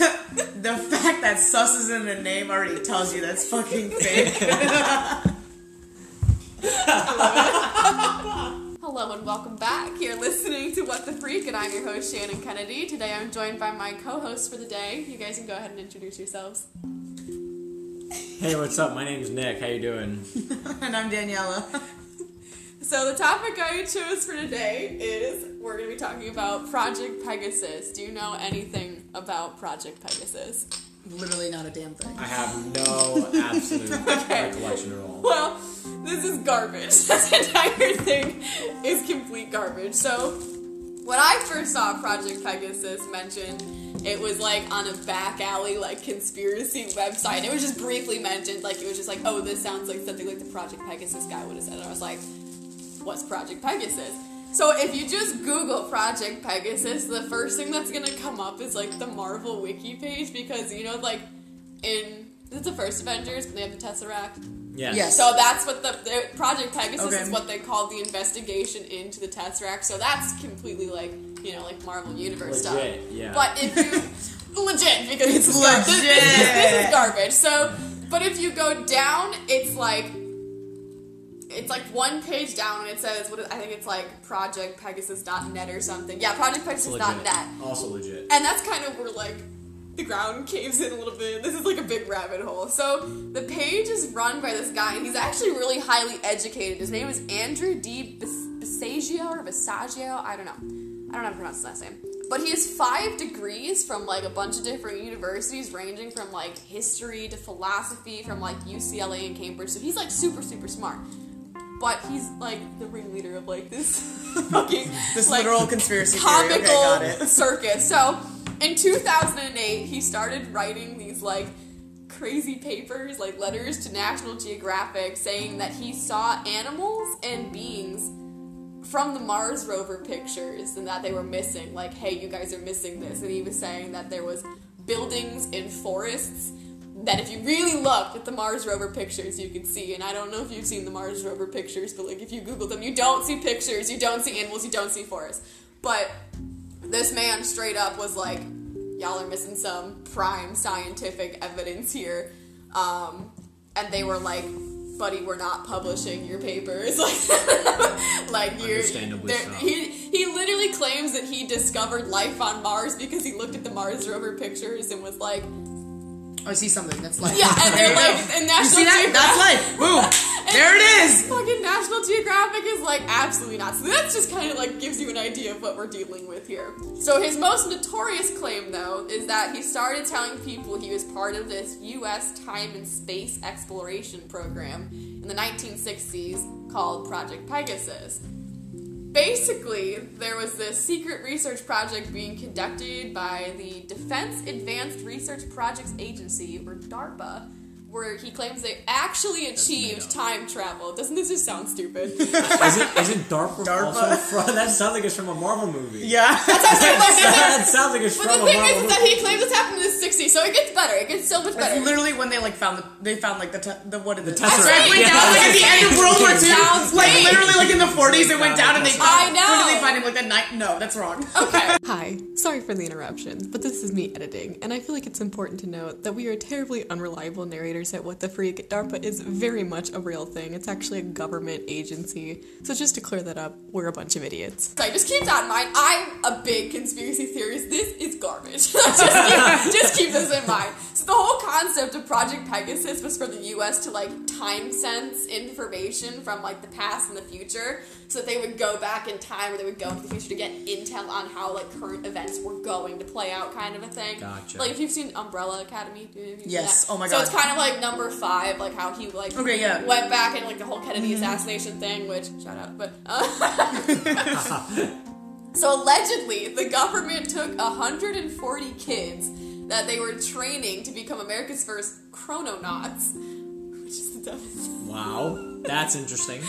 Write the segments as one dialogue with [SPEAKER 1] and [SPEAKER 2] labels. [SPEAKER 1] The fact that sus is in the name already tells you that's fucking fake.
[SPEAKER 2] Hello and welcome back. You're listening to What the Freak, and I'm your host, Shannon Kennedy. Today I'm joined by my co host for the day. You guys can go ahead and introduce yourselves.
[SPEAKER 3] Hey, what's up? My name's Nick. How you doing?
[SPEAKER 1] and I'm Daniela.
[SPEAKER 2] So, the topic I chose for today is we're going to be talking about Project Pegasus. Do you know anything about Project Pegasus?
[SPEAKER 4] Literally not a damn thing.
[SPEAKER 3] I have no absolute recollection at all.
[SPEAKER 2] Well, this is garbage. This entire thing is complete garbage. So, when I first saw Project Pegasus mentioned, it was like on a back alley, like conspiracy website. It was just briefly mentioned, like it was just like, oh, this sounds like something like the Project Pegasus guy would have said. And I was like, what's Project Pegasus? So if you just Google Project Pegasus, the first thing that's gonna come up is like the Marvel Wiki page because you know, like in it's the first Avengers when they have the Tesseract.
[SPEAKER 3] Yes.
[SPEAKER 4] Yes.
[SPEAKER 2] So that's what the, the Project Pegasus
[SPEAKER 1] Okay.
[SPEAKER 2] is what they called the investigation into the Tesseract. So that's completely like you know like Marvel Universe
[SPEAKER 3] Legit,
[SPEAKER 2] stuff.
[SPEAKER 3] yeah.
[SPEAKER 2] But if you legit because it's
[SPEAKER 1] legit.
[SPEAKER 2] This, is- this is garbage. So, but if you go down, it's like it's like one page down and it says what is, I think it's like projectpegasus.net or something. Yeah,
[SPEAKER 3] It's
[SPEAKER 2] projectpegasus.net.
[SPEAKER 3] Also legit.
[SPEAKER 2] And that's kind of where like the ground caves in a little bit. This is like a big rabbit hole. So the page is run by this guy, and he's actually really highly educated. His name is Andrew D. Bis- Bisagio or Bisagio. I don't know. I don't know how to pronounce his last name. But he has five degrees from like a bunch of different universities, ranging from like history to philosophy, from like UCLA and Cambridge. So he's like super, super smart. But he's like the ringleader of like this fucking
[SPEAKER 1] This
[SPEAKER 2] like,
[SPEAKER 1] literal conspiracy theory. Okay,
[SPEAKER 2] comical
[SPEAKER 1] got it.
[SPEAKER 2] circus. So in 2008, he started writing these like crazy papers, like letters to National Geographic, saying that he saw animals and beings from the Mars rover pictures and that they were missing. Like, hey, you guys are missing this. And he was saying that there was buildings in forests that if you really looked at the Mars rover pictures, you could see. And I don't know if you've seen the Mars rover pictures, but like if you Google them, you don't see pictures, you don't see animals, you don't see forests. But this man straight up was like, y'all are missing some prime scientific evidence here. Um, and they were like, buddy, we're not publishing your papers. Like, like you're.
[SPEAKER 3] Understandably
[SPEAKER 2] they're-
[SPEAKER 3] so.
[SPEAKER 2] He, he literally claims that he discovered life on Mars because he looked at the Mars rover pictures and was like,
[SPEAKER 4] I see something that's like.
[SPEAKER 2] yeah, and they're
[SPEAKER 1] There you
[SPEAKER 2] like, and
[SPEAKER 1] You
[SPEAKER 2] National
[SPEAKER 1] see that?
[SPEAKER 2] Geographic-
[SPEAKER 1] That's life. Boom. There it is.
[SPEAKER 2] Fucking National Geographic is like absolutely not. So that's just kind of like gives you an idea of what we're dealing with here. So his most notorious claim though is that he started telling people he was part of this US time and space exploration program in the 1960s called Project Pegasus. Basically, there was this secret research project being conducted by the Defense Advanced Research Projects Agency, or DARPA, where he claims they actually
[SPEAKER 3] made
[SPEAKER 2] achieved
[SPEAKER 3] up.
[SPEAKER 2] time travel. Doesn't this just sound stupid?
[SPEAKER 3] Isn't, isn't DARPA,
[SPEAKER 1] DARPA.
[SPEAKER 3] also from... That sounds like it's from a Marvel movie.
[SPEAKER 1] Yeah.
[SPEAKER 3] that sounds like it's
[SPEAKER 2] but
[SPEAKER 3] from
[SPEAKER 2] the
[SPEAKER 3] a
[SPEAKER 2] thing
[SPEAKER 3] Marvel
[SPEAKER 2] is, is
[SPEAKER 3] movie.
[SPEAKER 2] that he claims this happened in the 60s, so it gets better. It gets so much better.
[SPEAKER 1] That's literally when they like found the they found like the te- the what is
[SPEAKER 3] The
[SPEAKER 1] it?
[SPEAKER 3] Tesseract.
[SPEAKER 1] That's right, it went
[SPEAKER 3] Yeah.
[SPEAKER 1] down like at the end of World War II. Like
[SPEAKER 2] Sounds
[SPEAKER 1] literally like in the 40s it went down and they
[SPEAKER 2] I
[SPEAKER 1] found-
[SPEAKER 2] know.
[SPEAKER 1] Where did they find him? Like the night? No, that's wrong.
[SPEAKER 2] okay.
[SPEAKER 5] Hi, sorry for the interruption, but this is me editing, and I feel like it's important to note that we are terribly unreliable narrators at What the Freak. DARPA is very much a real thing, it's actually a government agency. So, just to clear that up, we're a bunch of idiots.
[SPEAKER 2] So just keep that in mind. I'm a big conspiracy theorist. This is garbage. just, keep, just keep this in mind. So the whole concept of Project Pegasus was for the U.S. to like time sense information from like the past and the future, so that they would go back in time or they would go into the future to get intel on how like current events were going to play out, kind of a thing.
[SPEAKER 3] Gotcha.
[SPEAKER 2] Like if you've seen Umbrella Academy. do you- have you seen
[SPEAKER 1] Yes.
[SPEAKER 2] that?
[SPEAKER 1] Oh my
[SPEAKER 2] So it's
[SPEAKER 1] God.
[SPEAKER 2] kind of like number five, like how he like
[SPEAKER 1] Okay, yeah. Mm-hmm.
[SPEAKER 2] went back and like the whole Kennedy assassination thing, which shout out, but. uh, So allegedly, the government took 140 kids that they were training to become America's first chrononauts, which is the dumbest,
[SPEAKER 3] Wow. That's interesting.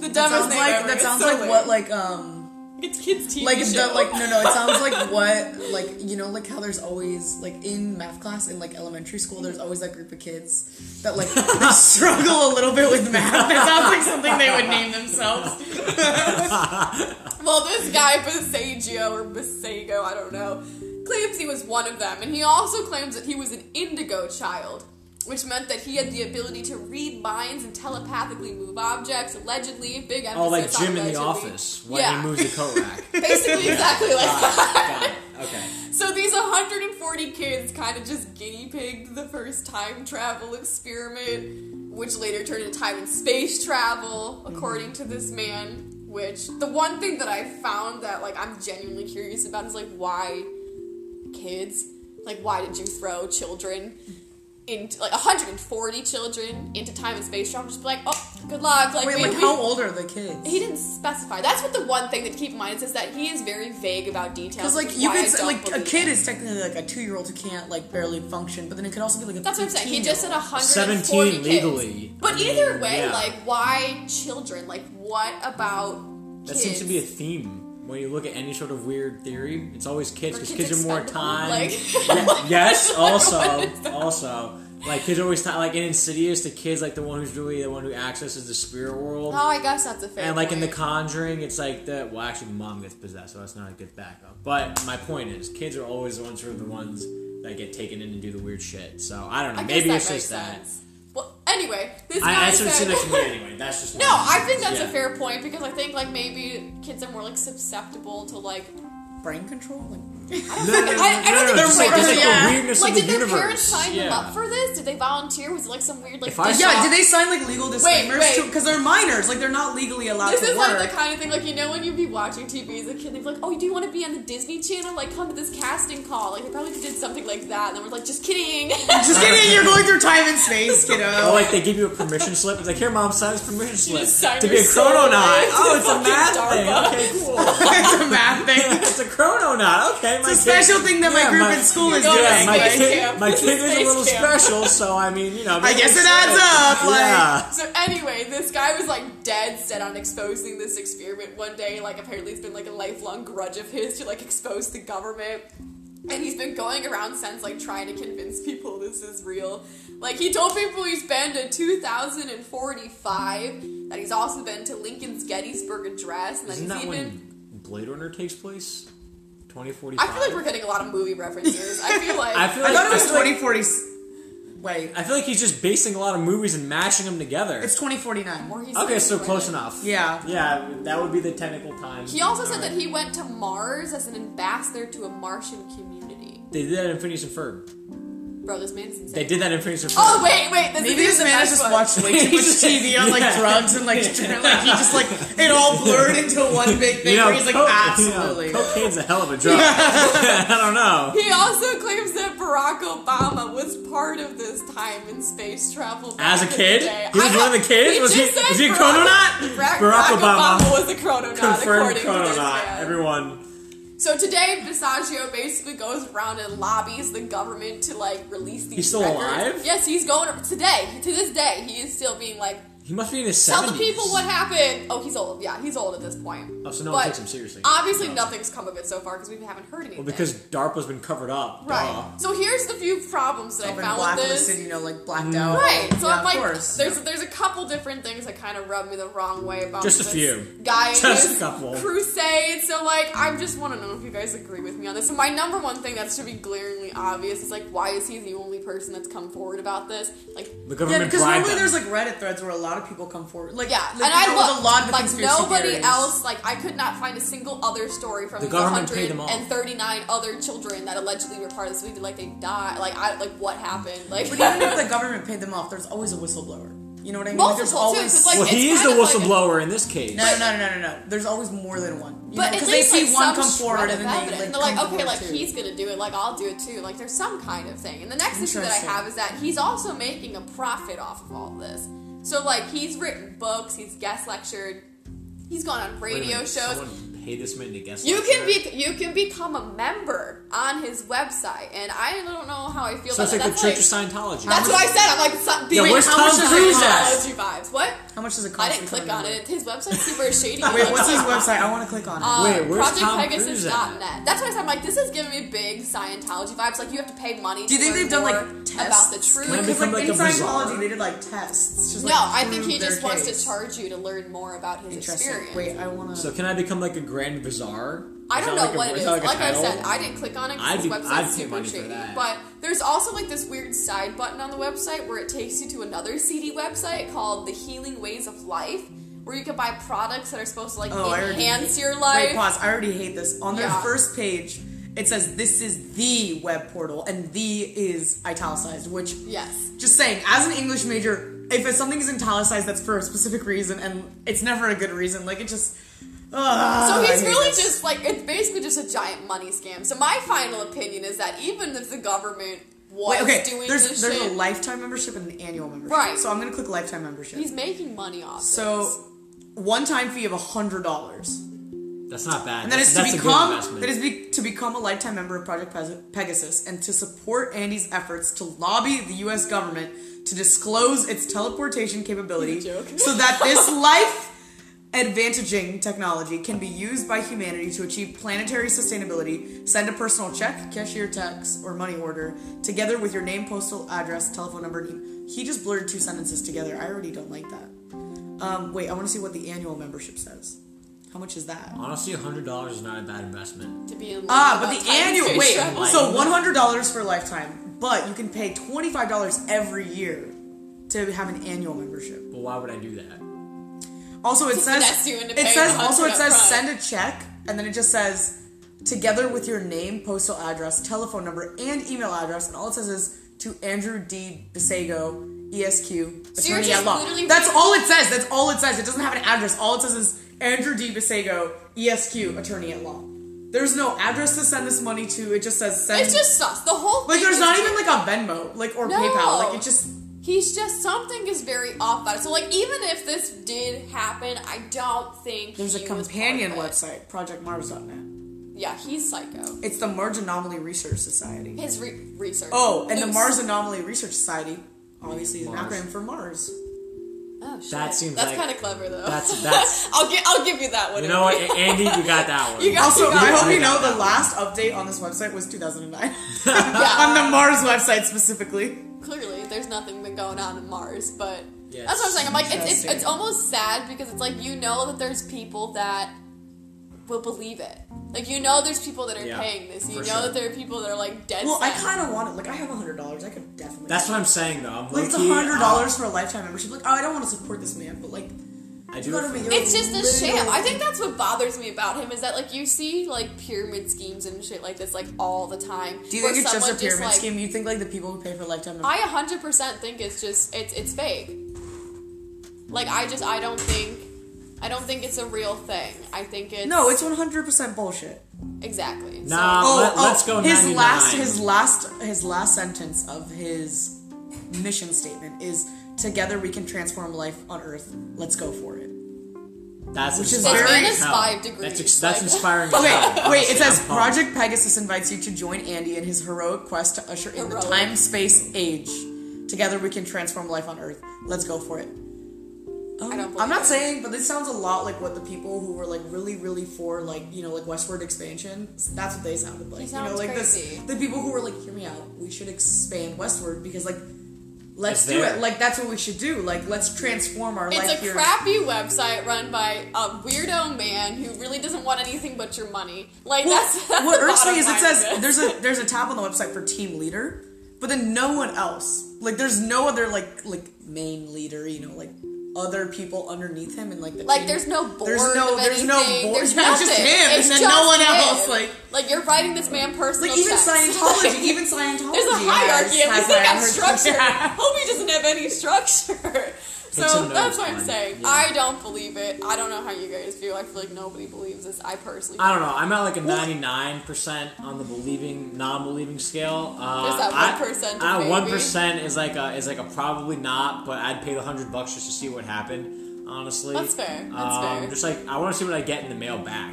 [SPEAKER 2] the dumbest
[SPEAKER 1] Sounds
[SPEAKER 2] name
[SPEAKER 1] like
[SPEAKER 2] ever.
[SPEAKER 1] that
[SPEAKER 2] It's
[SPEAKER 1] sounds
[SPEAKER 2] so
[SPEAKER 1] like
[SPEAKER 2] weird.
[SPEAKER 1] what like um.
[SPEAKER 2] it's kids TV
[SPEAKER 1] like
[SPEAKER 2] show.
[SPEAKER 1] the like no no it sounds like what like you know like how there's always like in math class in like elementary school there's always that group of kids that like they struggle a little bit with math that sounds like something they would name themselves
[SPEAKER 2] Well, this guy Basagio or Basago, I don't know. Clancy was one of them, and he also claims that he was an indigo child, which meant that he had the ability to read minds and telepathically move objects, allegedly. Big emphasis
[SPEAKER 3] Oh, like
[SPEAKER 2] on
[SPEAKER 3] Jim in
[SPEAKER 2] allegedly.
[SPEAKER 3] the office when
[SPEAKER 2] yeah,
[SPEAKER 3] he moves the coat rack.
[SPEAKER 2] basically exactly like that.
[SPEAKER 3] Got it. Okay.
[SPEAKER 2] So these 140 kids kind of just guinea pigged the first time travel experiment, which later turned into time and space travel,
[SPEAKER 1] Mm-hmm.
[SPEAKER 2] according to this man. Which the one thing that I found that like I'm genuinely curious about is like why kids, like why did you throw children into like 140 children into time and space travel? Just be like, oh, good luck. Like
[SPEAKER 1] Wait,
[SPEAKER 2] we-
[SPEAKER 1] like
[SPEAKER 2] we-
[SPEAKER 1] how old are the kids?
[SPEAKER 2] he didn't specify. That's what the one thing that to keep in mind is, is that he is very vague about details.
[SPEAKER 1] Because
[SPEAKER 2] which
[SPEAKER 1] like
[SPEAKER 2] is
[SPEAKER 1] you
[SPEAKER 2] why I
[SPEAKER 1] could say,
[SPEAKER 2] don't
[SPEAKER 1] like a
[SPEAKER 2] believe
[SPEAKER 1] kid
[SPEAKER 2] it.
[SPEAKER 1] is technically like a two year old who can't like barely function, but then it could also be like a
[SPEAKER 2] That's what I'm saying. He
[SPEAKER 1] 15-year-old.
[SPEAKER 2] just said 140
[SPEAKER 3] 17
[SPEAKER 2] kids.
[SPEAKER 3] legally.
[SPEAKER 2] But
[SPEAKER 3] I mean,
[SPEAKER 2] either way,
[SPEAKER 3] yeah.
[SPEAKER 2] like why children? Like what about
[SPEAKER 3] That
[SPEAKER 2] kids?
[SPEAKER 3] seems to be a theme when you look at any sort of weird theory. It's always kids
[SPEAKER 2] Are
[SPEAKER 3] because
[SPEAKER 2] kids
[SPEAKER 3] kids, are more
[SPEAKER 2] expendable?
[SPEAKER 3] time.
[SPEAKER 2] Like-
[SPEAKER 3] Yeah, yes, also, also, like kids are always time. Like in Insidious, the kids like the one who's really the one who accesses the spirit world.
[SPEAKER 2] Oh, I guess that's a fair.
[SPEAKER 3] And like in the
[SPEAKER 2] point.
[SPEAKER 3] Conjuring, it's like the well, actually, the mom gets possessed, so that's not a good backup. But my point is, kids are always the ones who are the ones that get taken in and do the weird shit. So I don't know.
[SPEAKER 2] I guess
[SPEAKER 3] maybe
[SPEAKER 2] that
[SPEAKER 3] it's
[SPEAKER 2] makes
[SPEAKER 3] just that.
[SPEAKER 2] sense. Well, anyway, this
[SPEAKER 3] I,
[SPEAKER 2] guy
[SPEAKER 3] that's what it's in
[SPEAKER 2] said.
[SPEAKER 3] the community anyway. That's just
[SPEAKER 2] No,
[SPEAKER 3] what
[SPEAKER 2] I
[SPEAKER 3] it
[SPEAKER 2] think
[SPEAKER 3] is.
[SPEAKER 2] that's a
[SPEAKER 3] Yeah.
[SPEAKER 2] fair point because I think like maybe kids are more like susceptible to like
[SPEAKER 1] brain control. Like,
[SPEAKER 3] No, no, no,
[SPEAKER 2] I- I don't
[SPEAKER 3] no, no,
[SPEAKER 2] think
[SPEAKER 3] no,
[SPEAKER 2] it's
[SPEAKER 3] just like,
[SPEAKER 2] like-
[SPEAKER 3] just like
[SPEAKER 1] yeah.
[SPEAKER 3] the weirdness
[SPEAKER 2] like
[SPEAKER 3] of the
[SPEAKER 2] did their
[SPEAKER 3] universe.
[SPEAKER 2] parents sign
[SPEAKER 3] yeah.
[SPEAKER 2] them up for this? Did they volunteer? Was it like some weird like
[SPEAKER 3] If I
[SPEAKER 2] dish
[SPEAKER 3] saw-
[SPEAKER 1] yeah,
[SPEAKER 2] out-
[SPEAKER 1] did they sign like legal disclaimers
[SPEAKER 2] wait.
[SPEAKER 1] because they're minors? Like they're not legally allowed
[SPEAKER 2] This
[SPEAKER 1] to
[SPEAKER 2] is
[SPEAKER 1] work.
[SPEAKER 2] like the kind of thing, like, you know, when you'd be watching TV as a kid, they'd be like, oh, do you want to be on the Disney Channel? Like, come to this casting call. Like, they probably did something like that, and then we're like, just kidding.
[SPEAKER 1] just kidding, you're going through time and space, kiddo.
[SPEAKER 3] Or like they give you a permission slip. It's like here, mom, sign this permission slip
[SPEAKER 2] just sign
[SPEAKER 3] to be
[SPEAKER 2] your
[SPEAKER 3] a
[SPEAKER 2] soul
[SPEAKER 3] chrononaut.
[SPEAKER 2] away to
[SPEAKER 3] Oh, it's a
[SPEAKER 2] fucking
[SPEAKER 3] math
[SPEAKER 2] DARPA.
[SPEAKER 3] thing. Okay, cool.
[SPEAKER 1] it's a math thing.
[SPEAKER 3] it's a chrononaut. Okay, my
[SPEAKER 1] It's a special
[SPEAKER 3] kid-
[SPEAKER 1] thing that my
[SPEAKER 3] yeah,
[SPEAKER 1] group in school is
[SPEAKER 2] You're going
[SPEAKER 3] Yeah,
[SPEAKER 1] doing.
[SPEAKER 2] to
[SPEAKER 3] my
[SPEAKER 1] like,
[SPEAKER 2] space
[SPEAKER 3] kid,
[SPEAKER 2] camp.
[SPEAKER 3] my
[SPEAKER 2] This
[SPEAKER 3] kid
[SPEAKER 2] is
[SPEAKER 3] is a
[SPEAKER 2] space
[SPEAKER 3] little
[SPEAKER 2] camp.
[SPEAKER 3] special, so I mean, you know.
[SPEAKER 1] I
[SPEAKER 3] maybe
[SPEAKER 1] guess it
[SPEAKER 3] it's-
[SPEAKER 1] adds up. Like,
[SPEAKER 3] Yeah.
[SPEAKER 2] so, anyway, this guy was like dead set on exposing this experiment one day. Like, apparently, it's been like a lifelong grudge of his to like expose the government. And he's been going around since, like, trying to convince people this is real. Like, he told people he's been to 2045, that he's also been to Lincoln's Gettysburg Address, and that
[SPEAKER 3] Isn't
[SPEAKER 2] he's
[SPEAKER 3] that
[SPEAKER 2] even.
[SPEAKER 3] when Blade Runner takes place? Twenty forty
[SPEAKER 2] I
[SPEAKER 3] five.
[SPEAKER 2] feel like we're getting a lot of movie references. I feel like
[SPEAKER 3] I feel
[SPEAKER 1] I
[SPEAKER 3] like
[SPEAKER 1] thought it was
[SPEAKER 3] I feel like-
[SPEAKER 1] 2040. Wait,
[SPEAKER 3] I feel like he's just basing a lot of movies and mashing them together.
[SPEAKER 1] it's 2049.
[SPEAKER 2] Or he's
[SPEAKER 3] okay,
[SPEAKER 2] like-
[SPEAKER 3] so close enough.
[SPEAKER 1] Yeah.
[SPEAKER 3] Yeah, that would be the technical time.
[SPEAKER 2] He also
[SPEAKER 3] All
[SPEAKER 2] said
[SPEAKER 3] right.
[SPEAKER 2] that he went to Mars as an ambassador to a Martian community.
[SPEAKER 3] They did that in Phineas and Ferb.
[SPEAKER 2] Bro, this man's insane.
[SPEAKER 3] They did that in Phineas and Ferb.
[SPEAKER 2] Oh wait, wait. This
[SPEAKER 1] Maybe this
[SPEAKER 2] is the
[SPEAKER 1] man has
[SPEAKER 2] best
[SPEAKER 1] just
[SPEAKER 2] one.
[SPEAKER 1] watched way too much
[SPEAKER 3] He's-
[SPEAKER 1] TV on like
[SPEAKER 3] yeah.
[SPEAKER 1] drugs and like, shit, like he just like it all blurred into one big thing where he's like
[SPEAKER 3] coke-
[SPEAKER 1] absolutely.
[SPEAKER 3] You know, cocaine's a hell of a drug. I don't know.
[SPEAKER 2] He also claims that Barack Obama was part of this time and space travel. back
[SPEAKER 3] As a
[SPEAKER 2] in the
[SPEAKER 3] kid?
[SPEAKER 2] day.
[SPEAKER 3] He was
[SPEAKER 2] I
[SPEAKER 3] one of the
[SPEAKER 2] don't-
[SPEAKER 3] kids? Was
[SPEAKER 2] just
[SPEAKER 3] he-
[SPEAKER 2] said
[SPEAKER 3] was he a
[SPEAKER 2] Barack-
[SPEAKER 3] chrononaut?
[SPEAKER 2] Barack,
[SPEAKER 3] Barack
[SPEAKER 2] Barack Obama.
[SPEAKER 3] Obama.
[SPEAKER 2] was a chrononaut, according
[SPEAKER 3] Confirmed
[SPEAKER 2] to this
[SPEAKER 3] chrononaut.
[SPEAKER 2] man.
[SPEAKER 3] Everyone.
[SPEAKER 2] So today, Visaggio basically goes around and lobbies the government to like release these.
[SPEAKER 3] He's still
[SPEAKER 2] records.
[SPEAKER 3] alive?
[SPEAKER 2] Yes, he's going today. To this day, he is still being like,
[SPEAKER 3] He must be in his
[SPEAKER 2] tell
[SPEAKER 3] 70s.
[SPEAKER 2] the people what happened. Oh, he's old. Yeah, he's old at this point.
[SPEAKER 3] Oh, so no
[SPEAKER 2] But
[SPEAKER 3] one takes him seriously.
[SPEAKER 2] Obviously,
[SPEAKER 3] No.
[SPEAKER 2] nothing's come of it so far because we haven't heard anything.
[SPEAKER 3] Well, because DARPA's been covered up.
[SPEAKER 2] right.
[SPEAKER 3] duh.
[SPEAKER 2] So here's the few problems that I
[SPEAKER 1] Been
[SPEAKER 2] found with this.
[SPEAKER 1] blacklisted, you know, like blacked
[SPEAKER 3] Mm.
[SPEAKER 1] out.
[SPEAKER 2] Right. So
[SPEAKER 1] Yeah,
[SPEAKER 2] I'm like,
[SPEAKER 1] of course.
[SPEAKER 2] there's there's a couple different things that kind of rub me the wrong way about
[SPEAKER 3] Just a
[SPEAKER 2] this
[SPEAKER 3] few.
[SPEAKER 2] guy and
[SPEAKER 3] Just a
[SPEAKER 2] his
[SPEAKER 3] couple.
[SPEAKER 2] crusade. So like, I just want to know if you guys agree with me on this. So my number one thing that's to be glaringly obvious is like, why is he the only person that's come forward about this? Like,
[SPEAKER 3] The
[SPEAKER 1] Yeah,
[SPEAKER 3] government
[SPEAKER 1] because
[SPEAKER 3] bribed
[SPEAKER 1] normally
[SPEAKER 3] them.
[SPEAKER 1] there's like Reddit threads where a lot of people come forward. Like,
[SPEAKER 2] yeah,
[SPEAKER 1] like,
[SPEAKER 2] and I
[SPEAKER 1] there was
[SPEAKER 2] looked
[SPEAKER 1] a lot of
[SPEAKER 2] like
[SPEAKER 1] conspiracy
[SPEAKER 2] nobody
[SPEAKER 1] theories.
[SPEAKER 2] else. Like, I could not find a single other story from
[SPEAKER 3] The
[SPEAKER 2] these
[SPEAKER 3] government paid them off.
[SPEAKER 2] 139 other children that allegedly were part of this. We like they died. Like, I like what happened? Like,
[SPEAKER 1] But even if the government paid them off, there's always a whistleblower. You know what I mean? Like, there's
[SPEAKER 2] Multiple, too,
[SPEAKER 1] always
[SPEAKER 2] 'cause, like,
[SPEAKER 3] well,
[SPEAKER 2] it's
[SPEAKER 3] he is the
[SPEAKER 2] kind of like a-
[SPEAKER 3] whistleblower in this case.
[SPEAKER 1] No, no, no, no, no, no. There's always more than one.
[SPEAKER 2] But
[SPEAKER 1] because
[SPEAKER 2] at
[SPEAKER 1] they
[SPEAKER 2] least,
[SPEAKER 1] see
[SPEAKER 2] like,
[SPEAKER 1] one
[SPEAKER 2] some
[SPEAKER 1] come forward
[SPEAKER 2] shred
[SPEAKER 1] and
[SPEAKER 2] of
[SPEAKER 1] then they
[SPEAKER 2] evidence.
[SPEAKER 1] like,
[SPEAKER 2] And they're like,
[SPEAKER 1] come
[SPEAKER 2] okay,
[SPEAKER 1] forward,
[SPEAKER 2] like
[SPEAKER 1] too.
[SPEAKER 2] he's gonna do it, like I'll do it too. Like there's some kind of thing. And the next issue that I
[SPEAKER 1] Interesting.
[SPEAKER 2] have is that he's also making a profit off of all this. So like he's written books, he's guest lectured, he's gone on
[SPEAKER 3] Wait a
[SPEAKER 2] radio
[SPEAKER 3] minute,
[SPEAKER 2] shows.
[SPEAKER 3] Someone paid this man to guess.
[SPEAKER 2] You
[SPEAKER 3] like
[SPEAKER 2] can
[SPEAKER 3] that?
[SPEAKER 2] be you can become a member on his website, and I don't know how I feel
[SPEAKER 3] So
[SPEAKER 2] about
[SPEAKER 3] it's
[SPEAKER 2] that.
[SPEAKER 3] like the
[SPEAKER 2] that's
[SPEAKER 3] Church of Scientology.
[SPEAKER 2] that's what I said. I'm like, so- be-
[SPEAKER 3] where's
[SPEAKER 1] Tom Cruise at?
[SPEAKER 2] Scientology vibes. What?
[SPEAKER 1] How much does it cost?
[SPEAKER 2] I didn't
[SPEAKER 1] to become
[SPEAKER 2] click on
[SPEAKER 1] a member?
[SPEAKER 2] it. His website's super shady.
[SPEAKER 1] Wait, what's his website? I want to click on it.
[SPEAKER 2] Uh,
[SPEAKER 3] Wait, where's Tom Cruise at?
[SPEAKER 2] ProjectPegasus.net. That's why I said, I'm like, this is giving me big Scientology vibes. Like, you have to pay money.
[SPEAKER 1] Do you
[SPEAKER 2] to
[SPEAKER 1] think
[SPEAKER 2] learn
[SPEAKER 1] they've done
[SPEAKER 2] more
[SPEAKER 1] like
[SPEAKER 2] about the
[SPEAKER 1] tests?
[SPEAKER 2] truth?
[SPEAKER 3] Can I
[SPEAKER 1] Because
[SPEAKER 3] become,
[SPEAKER 1] like,
[SPEAKER 3] like,
[SPEAKER 1] in
[SPEAKER 3] a bizarre-
[SPEAKER 1] Scientology, they did like tests. Just,
[SPEAKER 2] no,
[SPEAKER 1] like,
[SPEAKER 2] I think
[SPEAKER 1] prove
[SPEAKER 2] he
[SPEAKER 1] their
[SPEAKER 2] just wants
[SPEAKER 1] case.
[SPEAKER 2] to charge you to learn more about his
[SPEAKER 1] Interesting.
[SPEAKER 2] experience.
[SPEAKER 1] Wait, I want to.
[SPEAKER 3] So can I become like a Grand Bazaar?
[SPEAKER 2] I
[SPEAKER 3] Is
[SPEAKER 2] don't
[SPEAKER 3] that
[SPEAKER 2] know
[SPEAKER 3] a-
[SPEAKER 2] what it is.
[SPEAKER 3] that
[SPEAKER 2] Like, I
[SPEAKER 3] title?
[SPEAKER 2] said, I didn't click on it
[SPEAKER 3] I'd
[SPEAKER 2] because this
[SPEAKER 3] be- I'd
[SPEAKER 2] website's
[SPEAKER 3] pay
[SPEAKER 2] super
[SPEAKER 3] money for
[SPEAKER 2] shady.
[SPEAKER 3] that.
[SPEAKER 2] But there's also like this weird side button on the website where it takes you to another CD website called The Healing Ways of Life, where you can buy products that are supposed to like
[SPEAKER 1] Oh, I already
[SPEAKER 2] enhance your
[SPEAKER 1] Wait,
[SPEAKER 2] life.
[SPEAKER 1] pause. I already hate this. On their
[SPEAKER 2] Yeah.
[SPEAKER 1] first page, it says this is the web portal, and the is italicized, which
[SPEAKER 2] yes.
[SPEAKER 1] just saying, as an English major, if something is italicized, that's for a specific reason, and it's never a good reason. Like it just.
[SPEAKER 2] So
[SPEAKER 1] Ugh, I
[SPEAKER 2] he's
[SPEAKER 1] hate
[SPEAKER 2] really
[SPEAKER 1] this.
[SPEAKER 2] just like it's basically just a giant money scam. So my final opinion is that even if the government was
[SPEAKER 1] Wait, okay.
[SPEAKER 2] doing
[SPEAKER 1] There's
[SPEAKER 2] this
[SPEAKER 1] there's
[SPEAKER 2] shit,
[SPEAKER 1] a lifetime membership and an annual membership.
[SPEAKER 2] Right.
[SPEAKER 1] So I'm gonna click lifetime membership.
[SPEAKER 2] he's making money off.
[SPEAKER 1] so
[SPEAKER 2] this.
[SPEAKER 1] one time fee of hundred dollars.
[SPEAKER 3] That's not bad.
[SPEAKER 1] And that
[SPEAKER 3] that's,
[SPEAKER 1] is
[SPEAKER 3] that's
[SPEAKER 1] to
[SPEAKER 3] a good
[SPEAKER 1] become
[SPEAKER 3] investment.
[SPEAKER 1] that is be, to become a lifetime member of Project Pes- Pegasus and to support Andy's efforts to lobby the U.S. government to disclose its teleportation capability,
[SPEAKER 2] joke.
[SPEAKER 1] so that this life advantaging technology can be used by humanity to achieve planetary sustainability. Send a personal check, cashier tax, or money order together with your name, postal address, telephone number. And e- he just blurred two sentences together. I already don't like that. Um, wait, I want to see what the annual membership says. How much is that?
[SPEAKER 3] Honestly, hundred dollars is not a bad investment.
[SPEAKER 2] to be in
[SPEAKER 1] Ah,
[SPEAKER 2] love
[SPEAKER 1] but
[SPEAKER 2] about
[SPEAKER 1] the
[SPEAKER 2] time
[SPEAKER 1] annual
[SPEAKER 2] space
[SPEAKER 1] wait.
[SPEAKER 2] travel.
[SPEAKER 1] So one hundred dollars for a lifetime, but you can pay twenty five dollars every year to have an annual membership.
[SPEAKER 3] But why would I do that?
[SPEAKER 1] Also, it says
[SPEAKER 2] finesse you into
[SPEAKER 1] it
[SPEAKER 2] paying
[SPEAKER 1] says
[SPEAKER 2] the
[SPEAKER 1] also it
[SPEAKER 2] $100
[SPEAKER 1] says
[SPEAKER 2] upfront.
[SPEAKER 1] send a check, and then it just says together with your name, postal address, telephone number, and email address, and all it says is to Andrew D. Bisego. ESQ,
[SPEAKER 2] you're
[SPEAKER 1] attorney
[SPEAKER 2] just
[SPEAKER 1] at law.
[SPEAKER 2] literally
[SPEAKER 1] That's
[SPEAKER 2] reading-
[SPEAKER 1] all it says. That's all it says. It doesn't have an address. All it says is Andrew D. Bisego, ESQ, attorney at law. There's no address to send this money to. It just says send.
[SPEAKER 2] it's just sus. The whole
[SPEAKER 1] Like
[SPEAKER 2] thing
[SPEAKER 1] there's
[SPEAKER 2] is
[SPEAKER 1] not
[SPEAKER 2] just-
[SPEAKER 1] even like a Venmo, like or
[SPEAKER 2] No.
[SPEAKER 1] PayPal. Like it just
[SPEAKER 2] He's just something is very off about it. So like even if this did happen, I don't think
[SPEAKER 1] there's a
[SPEAKER 2] he was
[SPEAKER 1] companion
[SPEAKER 2] part of it.
[SPEAKER 1] website, ProjectMars.net.
[SPEAKER 2] Yeah, he's psycho.
[SPEAKER 1] It's the Mars Anomaly Research Society.
[SPEAKER 2] His re- research.
[SPEAKER 1] Oh, and the
[SPEAKER 2] Oops.
[SPEAKER 1] Mars Anomaly Research Society obviously is an
[SPEAKER 3] Mars.
[SPEAKER 1] acronym for Mars.
[SPEAKER 2] Oh, shit.
[SPEAKER 3] That seems
[SPEAKER 2] that's
[SPEAKER 3] like-
[SPEAKER 2] kind of clever though.
[SPEAKER 3] That's- that's-
[SPEAKER 2] I'll give I'll give you that one.
[SPEAKER 3] You know what, A- Andy, you got that one.
[SPEAKER 2] You got-
[SPEAKER 1] Also,
[SPEAKER 2] Yeah.
[SPEAKER 1] I hope you
[SPEAKER 3] Yeah.
[SPEAKER 1] know the last update on this website was 2009
[SPEAKER 2] Yeah.
[SPEAKER 1] on the Mars website specifically.
[SPEAKER 2] clearly there's nothing been going on in Mars, but
[SPEAKER 3] Yeah,
[SPEAKER 2] that's what I'm saying. I'm like, it's, it's
[SPEAKER 1] interesting.
[SPEAKER 2] it's almost sad because it's like you know that there's people that will believe it. Like you know there's people that are
[SPEAKER 3] Yeah,
[SPEAKER 2] paying this. You know
[SPEAKER 3] for sure.
[SPEAKER 2] that there are people that are like dead.
[SPEAKER 1] Well, I
[SPEAKER 2] set.
[SPEAKER 1] kind of want it. Like I have hundred dollars, I could definitely.
[SPEAKER 3] That's what I'm saying though. I'm
[SPEAKER 1] like it's
[SPEAKER 3] low-key, uh,
[SPEAKER 1] hundred dollars for a lifetime membership. Like oh, I don't want to support this man, but like
[SPEAKER 3] um, I, I
[SPEAKER 1] you
[SPEAKER 3] do.
[SPEAKER 1] gotta be.
[SPEAKER 3] it
[SPEAKER 1] your
[SPEAKER 2] It's just a
[SPEAKER 1] little-
[SPEAKER 2] sham. I think that's what bothers me about him is that like you see like pyramid schemes and shit like this like all the time.
[SPEAKER 1] Do you
[SPEAKER 2] where
[SPEAKER 1] think it's just a
[SPEAKER 2] someone
[SPEAKER 1] pyramid
[SPEAKER 2] like,
[SPEAKER 1] scheme? You think like the people who pay for lifetime membership?
[SPEAKER 2] I 100% think it's just it's it's fake. Like I just I don't think I don't think it's a real thing. I think it's
[SPEAKER 1] No, it's one hundred percent bullshit.
[SPEAKER 2] exactly.
[SPEAKER 3] for-
[SPEAKER 2] So,
[SPEAKER 3] Nah, Um, let, us go.
[SPEAKER 1] Oh, his
[SPEAKER 3] 99.
[SPEAKER 1] last, his last, his last sentence of his mission statement is: "Together we can transform life on Earth. Let's go for it."
[SPEAKER 3] That's
[SPEAKER 1] which is
[SPEAKER 3] inspiring
[SPEAKER 1] very-
[SPEAKER 3] as hell.
[SPEAKER 2] Five
[SPEAKER 3] That's,
[SPEAKER 2] degrees,
[SPEAKER 3] ex- that's
[SPEAKER 2] like-
[SPEAKER 3] inspiring. as hell,
[SPEAKER 1] Okay, wait.
[SPEAKER 3] honestly.
[SPEAKER 1] It says
[SPEAKER 3] I'm pumped.
[SPEAKER 1] Project Pegasus invites you to join Andy in his heroic quest to usher in the
[SPEAKER 2] Heroic.
[SPEAKER 1] time-space age. Together we can transform life on Earth. Let's go for it. Um,
[SPEAKER 2] I don't believe
[SPEAKER 1] I'm not
[SPEAKER 2] it.
[SPEAKER 1] saying, but this sounds a lot like what the people who were like really, really for like you know like westward expansion. That's what they sounded like. you know,
[SPEAKER 2] sounds
[SPEAKER 1] like
[SPEAKER 2] crazy.
[SPEAKER 1] this the people who were like, hear me out. We should expand westward because like let's
[SPEAKER 3] It's
[SPEAKER 1] do
[SPEAKER 3] there.
[SPEAKER 1] it. Like that's what we should do. Like let's transform our
[SPEAKER 2] it's
[SPEAKER 1] life
[SPEAKER 2] a
[SPEAKER 1] here.
[SPEAKER 2] crappy website run by a weirdo man who really doesn't want anything but your money. Like
[SPEAKER 1] Well,
[SPEAKER 2] that's, that's
[SPEAKER 1] what
[SPEAKER 2] the
[SPEAKER 1] irks
[SPEAKER 2] bottom
[SPEAKER 1] me is it
[SPEAKER 2] line
[SPEAKER 1] says
[SPEAKER 2] of it.
[SPEAKER 1] there's a there's a tab on the website for team leader, but then no one else. Like there's no other like like main leader, you know, like other people underneath him and like the
[SPEAKER 2] Like
[SPEAKER 1] team.
[SPEAKER 2] there's no board.
[SPEAKER 1] There's no-
[SPEAKER 2] of
[SPEAKER 1] there's no
[SPEAKER 2] anything.
[SPEAKER 1] board.
[SPEAKER 2] There's
[SPEAKER 1] Yeah, it's
[SPEAKER 2] nothing.
[SPEAKER 1] just him and
[SPEAKER 2] It's
[SPEAKER 1] then
[SPEAKER 2] just
[SPEAKER 1] no one
[SPEAKER 2] him.
[SPEAKER 1] else, like-
[SPEAKER 2] like you're writing this man personal.
[SPEAKER 1] like even
[SPEAKER 2] checks.
[SPEAKER 1] Scientology,
[SPEAKER 2] Like,
[SPEAKER 1] even Scientology.
[SPEAKER 2] There's a
[SPEAKER 1] has-
[SPEAKER 2] hierarchy, and we
[SPEAKER 1] has
[SPEAKER 2] think I'm
[SPEAKER 1] hierarchy.
[SPEAKER 2] structured. Homie doesn't have any structure.
[SPEAKER 3] It's a
[SPEAKER 2] So
[SPEAKER 3] no
[SPEAKER 2] that's what I'm
[SPEAKER 3] one.
[SPEAKER 2] saying.
[SPEAKER 3] Yeah.
[SPEAKER 2] I don't believe it. I don't know how you guys feel. I feel like nobody believes this. I personally.
[SPEAKER 3] I don't know. I'm at like a 99% on the believing, non-believing scale. Uh,
[SPEAKER 2] There's that
[SPEAKER 3] I-
[SPEAKER 2] 1%
[SPEAKER 3] I-
[SPEAKER 2] maybe.
[SPEAKER 3] 1% is like a is like a probably not, but I'd pay the hundred bucks just to see what happened. Honestly,
[SPEAKER 2] That's fair. That's
[SPEAKER 3] um,
[SPEAKER 2] fair.
[SPEAKER 3] Just like I want to see what I get in the mail back.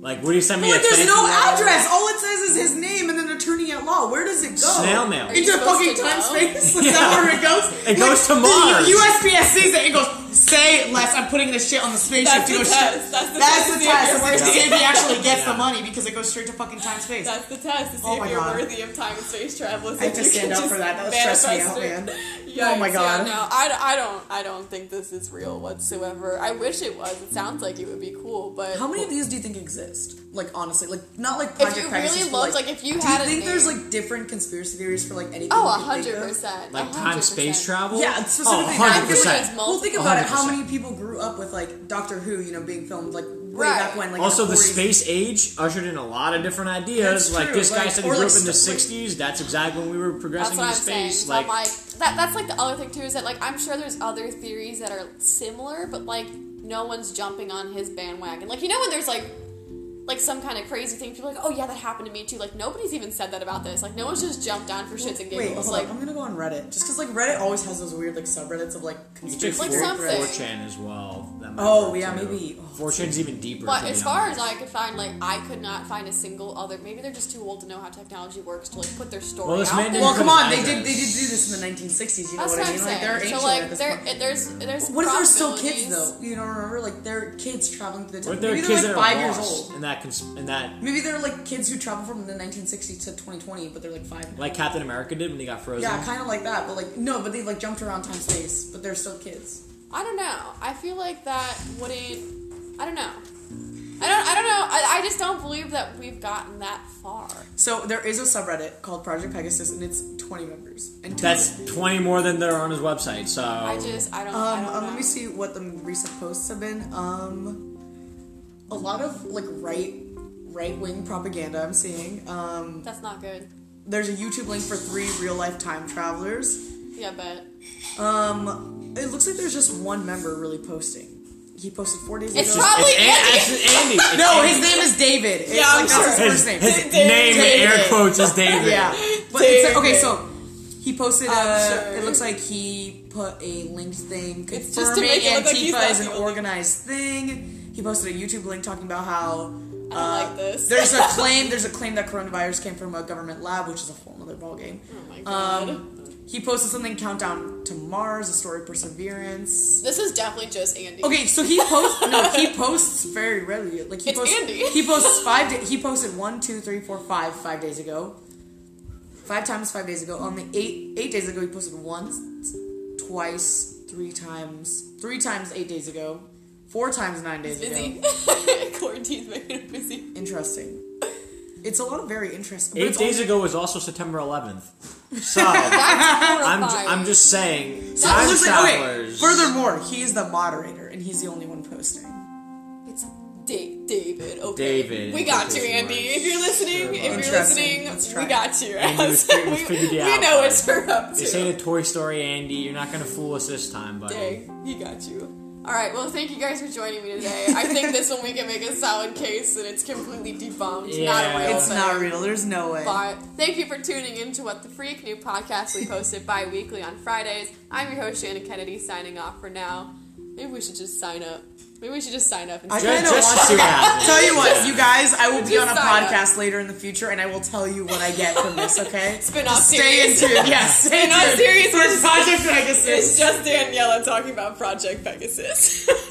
[SPEAKER 3] Like, what do you send me?
[SPEAKER 1] But
[SPEAKER 3] a
[SPEAKER 1] there's
[SPEAKER 3] thank
[SPEAKER 1] no
[SPEAKER 3] you?
[SPEAKER 1] address. All it says is his name and then attorney at law. Where does it go?
[SPEAKER 3] Snail mail. Are you
[SPEAKER 1] Into
[SPEAKER 2] supposed
[SPEAKER 1] fucking
[SPEAKER 2] to
[SPEAKER 1] time
[SPEAKER 2] know?
[SPEAKER 1] space? Is that where it goes?
[SPEAKER 3] It goes to
[SPEAKER 1] the
[SPEAKER 3] Mars.
[SPEAKER 1] U- USPS sees it and goes, say less, I'm putting this shit on the spaceship
[SPEAKER 2] That's
[SPEAKER 1] to go
[SPEAKER 2] the
[SPEAKER 1] straight-
[SPEAKER 2] test. That's the
[SPEAKER 1] That's
[SPEAKER 2] test.
[SPEAKER 1] the
[SPEAKER 2] See if
[SPEAKER 1] test.
[SPEAKER 2] you're
[SPEAKER 1] It's like
[SPEAKER 2] worth
[SPEAKER 1] to see if he actually gets
[SPEAKER 3] Yeah.
[SPEAKER 1] the money because it goes straight to fucking time space.
[SPEAKER 2] That's the test to see
[SPEAKER 1] Oh my
[SPEAKER 2] if you're
[SPEAKER 1] God.
[SPEAKER 2] worthy of time and space travel. is
[SPEAKER 1] I had
[SPEAKER 2] if
[SPEAKER 1] to
[SPEAKER 2] you
[SPEAKER 1] stand
[SPEAKER 2] can
[SPEAKER 1] up for
[SPEAKER 2] just
[SPEAKER 1] that. That stressed me out,
[SPEAKER 2] manifest it.
[SPEAKER 1] man.
[SPEAKER 2] You Yeah,
[SPEAKER 1] Oh my God.
[SPEAKER 2] Yeah, no, I, I don't I don't think this is real whatsoever. I wish it was. It sounds like it would be cool, but
[SPEAKER 1] How many of these do you think exist? Like honestly, like not like
[SPEAKER 2] if
[SPEAKER 1] Project
[SPEAKER 2] you
[SPEAKER 1] Pegasus,
[SPEAKER 2] really
[SPEAKER 1] but,
[SPEAKER 2] looked like, if you
[SPEAKER 1] do
[SPEAKER 2] had
[SPEAKER 1] you think
[SPEAKER 2] a
[SPEAKER 1] there's
[SPEAKER 2] name-
[SPEAKER 1] like different conspiracy theories for like anything?
[SPEAKER 2] oh
[SPEAKER 1] you can think
[SPEAKER 2] hundred
[SPEAKER 1] of?
[SPEAKER 2] percent
[SPEAKER 3] Like time space travel?
[SPEAKER 1] Yeah, it's specifically
[SPEAKER 3] Oh,
[SPEAKER 1] that. I feel
[SPEAKER 3] 100%.
[SPEAKER 1] like, well, think about it. How
[SPEAKER 3] 100%.
[SPEAKER 1] many people grew up with like Doctor Who, you know, being filmed like way
[SPEAKER 2] Right.
[SPEAKER 1] back when? Like in
[SPEAKER 3] Also, the
[SPEAKER 1] 40s.
[SPEAKER 3] space age ushered in a lot of different ideas.
[SPEAKER 1] That's
[SPEAKER 3] like
[SPEAKER 1] true,
[SPEAKER 3] this guy
[SPEAKER 1] like-
[SPEAKER 3] said, he
[SPEAKER 1] or,
[SPEAKER 3] grew
[SPEAKER 1] like,
[SPEAKER 3] up in the
[SPEAKER 1] st- like-
[SPEAKER 3] '60s. That's exactly when we were
[SPEAKER 2] That's
[SPEAKER 3] progressing
[SPEAKER 2] what I'm
[SPEAKER 3] to space.
[SPEAKER 2] saying. Like,
[SPEAKER 3] like,
[SPEAKER 2] like that, that's like the other thing too is that like I'm sure there's other theories that are similar, but like no one's jumping on his bandwagon. Like you know when there's like like some kind of crazy thing, people are like, oh yeah, that happened to me too. Like nobody's even said that about this. Like no one's just jumped on for shits and
[SPEAKER 1] Wait,
[SPEAKER 2] giggles.
[SPEAKER 1] hold
[SPEAKER 2] like
[SPEAKER 1] on. I'm gonna go on Reddit just because like Reddit always has those weird like subreddits of like
[SPEAKER 3] you could take
[SPEAKER 1] conspiracy
[SPEAKER 2] Like
[SPEAKER 3] 4,
[SPEAKER 2] something.
[SPEAKER 3] 4chan as well. That might
[SPEAKER 1] Oh,
[SPEAKER 3] work,
[SPEAKER 1] yeah,
[SPEAKER 3] too.
[SPEAKER 1] maybe. Oh,
[SPEAKER 3] 4chan's even deeper.
[SPEAKER 2] But
[SPEAKER 3] to be
[SPEAKER 2] as far as
[SPEAKER 3] honest.
[SPEAKER 2] I could find, like I could not find a single other. Maybe they're just too old to know how technology works to like put their story
[SPEAKER 3] Well, this man
[SPEAKER 2] out there.
[SPEAKER 3] didn't
[SPEAKER 1] Well, come on, they
[SPEAKER 3] Address.
[SPEAKER 1] did they did do this in the 1960s. You know
[SPEAKER 2] That's
[SPEAKER 1] what I
[SPEAKER 2] what I'm
[SPEAKER 1] mean? Like
[SPEAKER 2] saying.
[SPEAKER 1] they're ancient
[SPEAKER 2] so
[SPEAKER 1] at
[SPEAKER 2] like,
[SPEAKER 1] this
[SPEAKER 2] there,
[SPEAKER 1] point.
[SPEAKER 2] it- there's, there's.
[SPEAKER 1] What if there's still kids
[SPEAKER 2] probabilities.
[SPEAKER 1] though? You don't remember? Like they're kids traveling through the
[SPEAKER 3] Or
[SPEAKER 1] time.
[SPEAKER 3] there are
[SPEAKER 1] Maybe
[SPEAKER 3] kids
[SPEAKER 1] they're
[SPEAKER 3] that
[SPEAKER 1] like
[SPEAKER 3] are
[SPEAKER 1] five years
[SPEAKER 3] lost
[SPEAKER 1] old.
[SPEAKER 3] in that cons- in that
[SPEAKER 1] Maybe they're like kids who travel from the 1960s to 2020, but they're like five.
[SPEAKER 3] like Captain America did when he got frozen.
[SPEAKER 1] Yeah, kind of like that, but like no, but they like jumped around time space, but they're still kids.
[SPEAKER 2] I don't know. I feel like that wouldn't. I don't know. I don't. I don't know. I, I just don't believe that we've gotten that far.
[SPEAKER 1] So there is a subreddit called Project Pegasus, and it's 20 members. And two
[SPEAKER 3] That's 20 more than there are on his website. So
[SPEAKER 2] I just. I don't. I
[SPEAKER 1] Um,
[SPEAKER 2] don't
[SPEAKER 1] um,
[SPEAKER 2] know.
[SPEAKER 1] let me see what the recent posts have been. Um, a lot of like right, right wing propaganda. I'm seeing. Um,
[SPEAKER 2] That's not good.
[SPEAKER 1] there's a YouTube link for three real life time travelers.
[SPEAKER 2] Yeah, but
[SPEAKER 1] Um, it looks like there's just one member really posting. He posted four days
[SPEAKER 2] It's
[SPEAKER 1] ago.
[SPEAKER 2] probably
[SPEAKER 3] it's, An-
[SPEAKER 2] Andy.
[SPEAKER 3] it's Andy. It's
[SPEAKER 1] no,
[SPEAKER 3] Andy.
[SPEAKER 1] his name is David. It's
[SPEAKER 2] Yeah, I'm
[SPEAKER 1] like, that's
[SPEAKER 2] sure.
[SPEAKER 1] his first name.
[SPEAKER 3] His, his name, in air quotes, is David.
[SPEAKER 1] Yeah. But it's like, okay,
[SPEAKER 2] David.
[SPEAKER 1] so he posted.
[SPEAKER 2] I'm
[SPEAKER 1] Uh,
[SPEAKER 2] sure.
[SPEAKER 1] It looks like he put a linked thing confirming
[SPEAKER 2] It's just to make it look like he's
[SPEAKER 1] Antifa
[SPEAKER 2] not
[SPEAKER 1] is an
[SPEAKER 2] the only-
[SPEAKER 1] organized thing. He posted a YouTube link talking about how.
[SPEAKER 2] I don't
[SPEAKER 1] uh,
[SPEAKER 2] like this.
[SPEAKER 1] there's a claim. There's a claim that coronavirus came from a government lab, which is a whole other ballgame.
[SPEAKER 2] oh my god.
[SPEAKER 1] Um, he posted something countdown to Mars, a story of perseverance.
[SPEAKER 2] this is definitely just Andy.
[SPEAKER 1] Okay, so he posts. no, he posts very rarely. Like he
[SPEAKER 2] It's
[SPEAKER 1] posts.
[SPEAKER 2] Andy.
[SPEAKER 1] He posts five. Da- he posted one, two, three, four, five, five days ago. Five times, five days ago. On the eight, eight days ago, he posted once, twice, three times, three times eight days ago, four times nine days ago.
[SPEAKER 2] Busy. Quarantine's making him busy.
[SPEAKER 1] Interesting. It's a lot of very interesting. but
[SPEAKER 3] Eight
[SPEAKER 1] it's
[SPEAKER 3] days
[SPEAKER 1] only-
[SPEAKER 3] ago was also September 11th. So I'm,
[SPEAKER 2] Horrifying.
[SPEAKER 3] I'm just saying,
[SPEAKER 1] It
[SPEAKER 3] time
[SPEAKER 1] looks like- okay,
[SPEAKER 3] travelers.
[SPEAKER 1] Furthermore, he is the moderator, and he's the only one posting.
[SPEAKER 2] It's da- David. Okay.
[SPEAKER 3] David,
[SPEAKER 2] We got you,
[SPEAKER 3] quotation
[SPEAKER 2] Andy.
[SPEAKER 3] marks.
[SPEAKER 2] If you're listening, if you're
[SPEAKER 1] Interesting.
[SPEAKER 2] listening,
[SPEAKER 1] Let's
[SPEAKER 2] we
[SPEAKER 1] try.
[SPEAKER 2] got you.
[SPEAKER 3] Andy, we
[SPEAKER 2] As-
[SPEAKER 3] figured-
[SPEAKER 2] we,
[SPEAKER 3] we figured you
[SPEAKER 2] we
[SPEAKER 3] out,
[SPEAKER 2] know
[SPEAKER 3] bud.
[SPEAKER 2] what you're up to.
[SPEAKER 3] They say the Toy Story, Andy. You're not gonna fool us this time, buddy.
[SPEAKER 2] Dang, he got you. All right, well, thank you guys for joining me today. I think this one we can make a solid case that it's completely debunked. not a
[SPEAKER 3] Yeah.
[SPEAKER 2] real
[SPEAKER 1] It's
[SPEAKER 2] thing.
[SPEAKER 1] not real. There's no way.
[SPEAKER 2] But thank you for tuning in to What the Freak, new podcast we post it bi-weekly on Fridays. I'm your host, Shannon Kennedy, signing off for now. Maybe we should just sign up. Maybe we should just sign up and
[SPEAKER 1] I
[SPEAKER 2] see.
[SPEAKER 1] kinda
[SPEAKER 3] Just, just
[SPEAKER 1] want
[SPEAKER 3] to see what happens.
[SPEAKER 1] Tell you what, you guys, I will be
[SPEAKER 2] Just
[SPEAKER 1] on a
[SPEAKER 2] sign up.
[SPEAKER 1] podcast later in the future, and I will tell you what I get from this. Okay,
[SPEAKER 2] Spin-off
[SPEAKER 1] stay in
[SPEAKER 2] series.
[SPEAKER 1] tune. Yeah, stay in
[SPEAKER 2] Spin-off
[SPEAKER 1] tuned
[SPEAKER 2] series
[SPEAKER 1] for
[SPEAKER 2] is-
[SPEAKER 1] Project Pegasus.
[SPEAKER 2] It's just Daniela talking about Project Pegasus.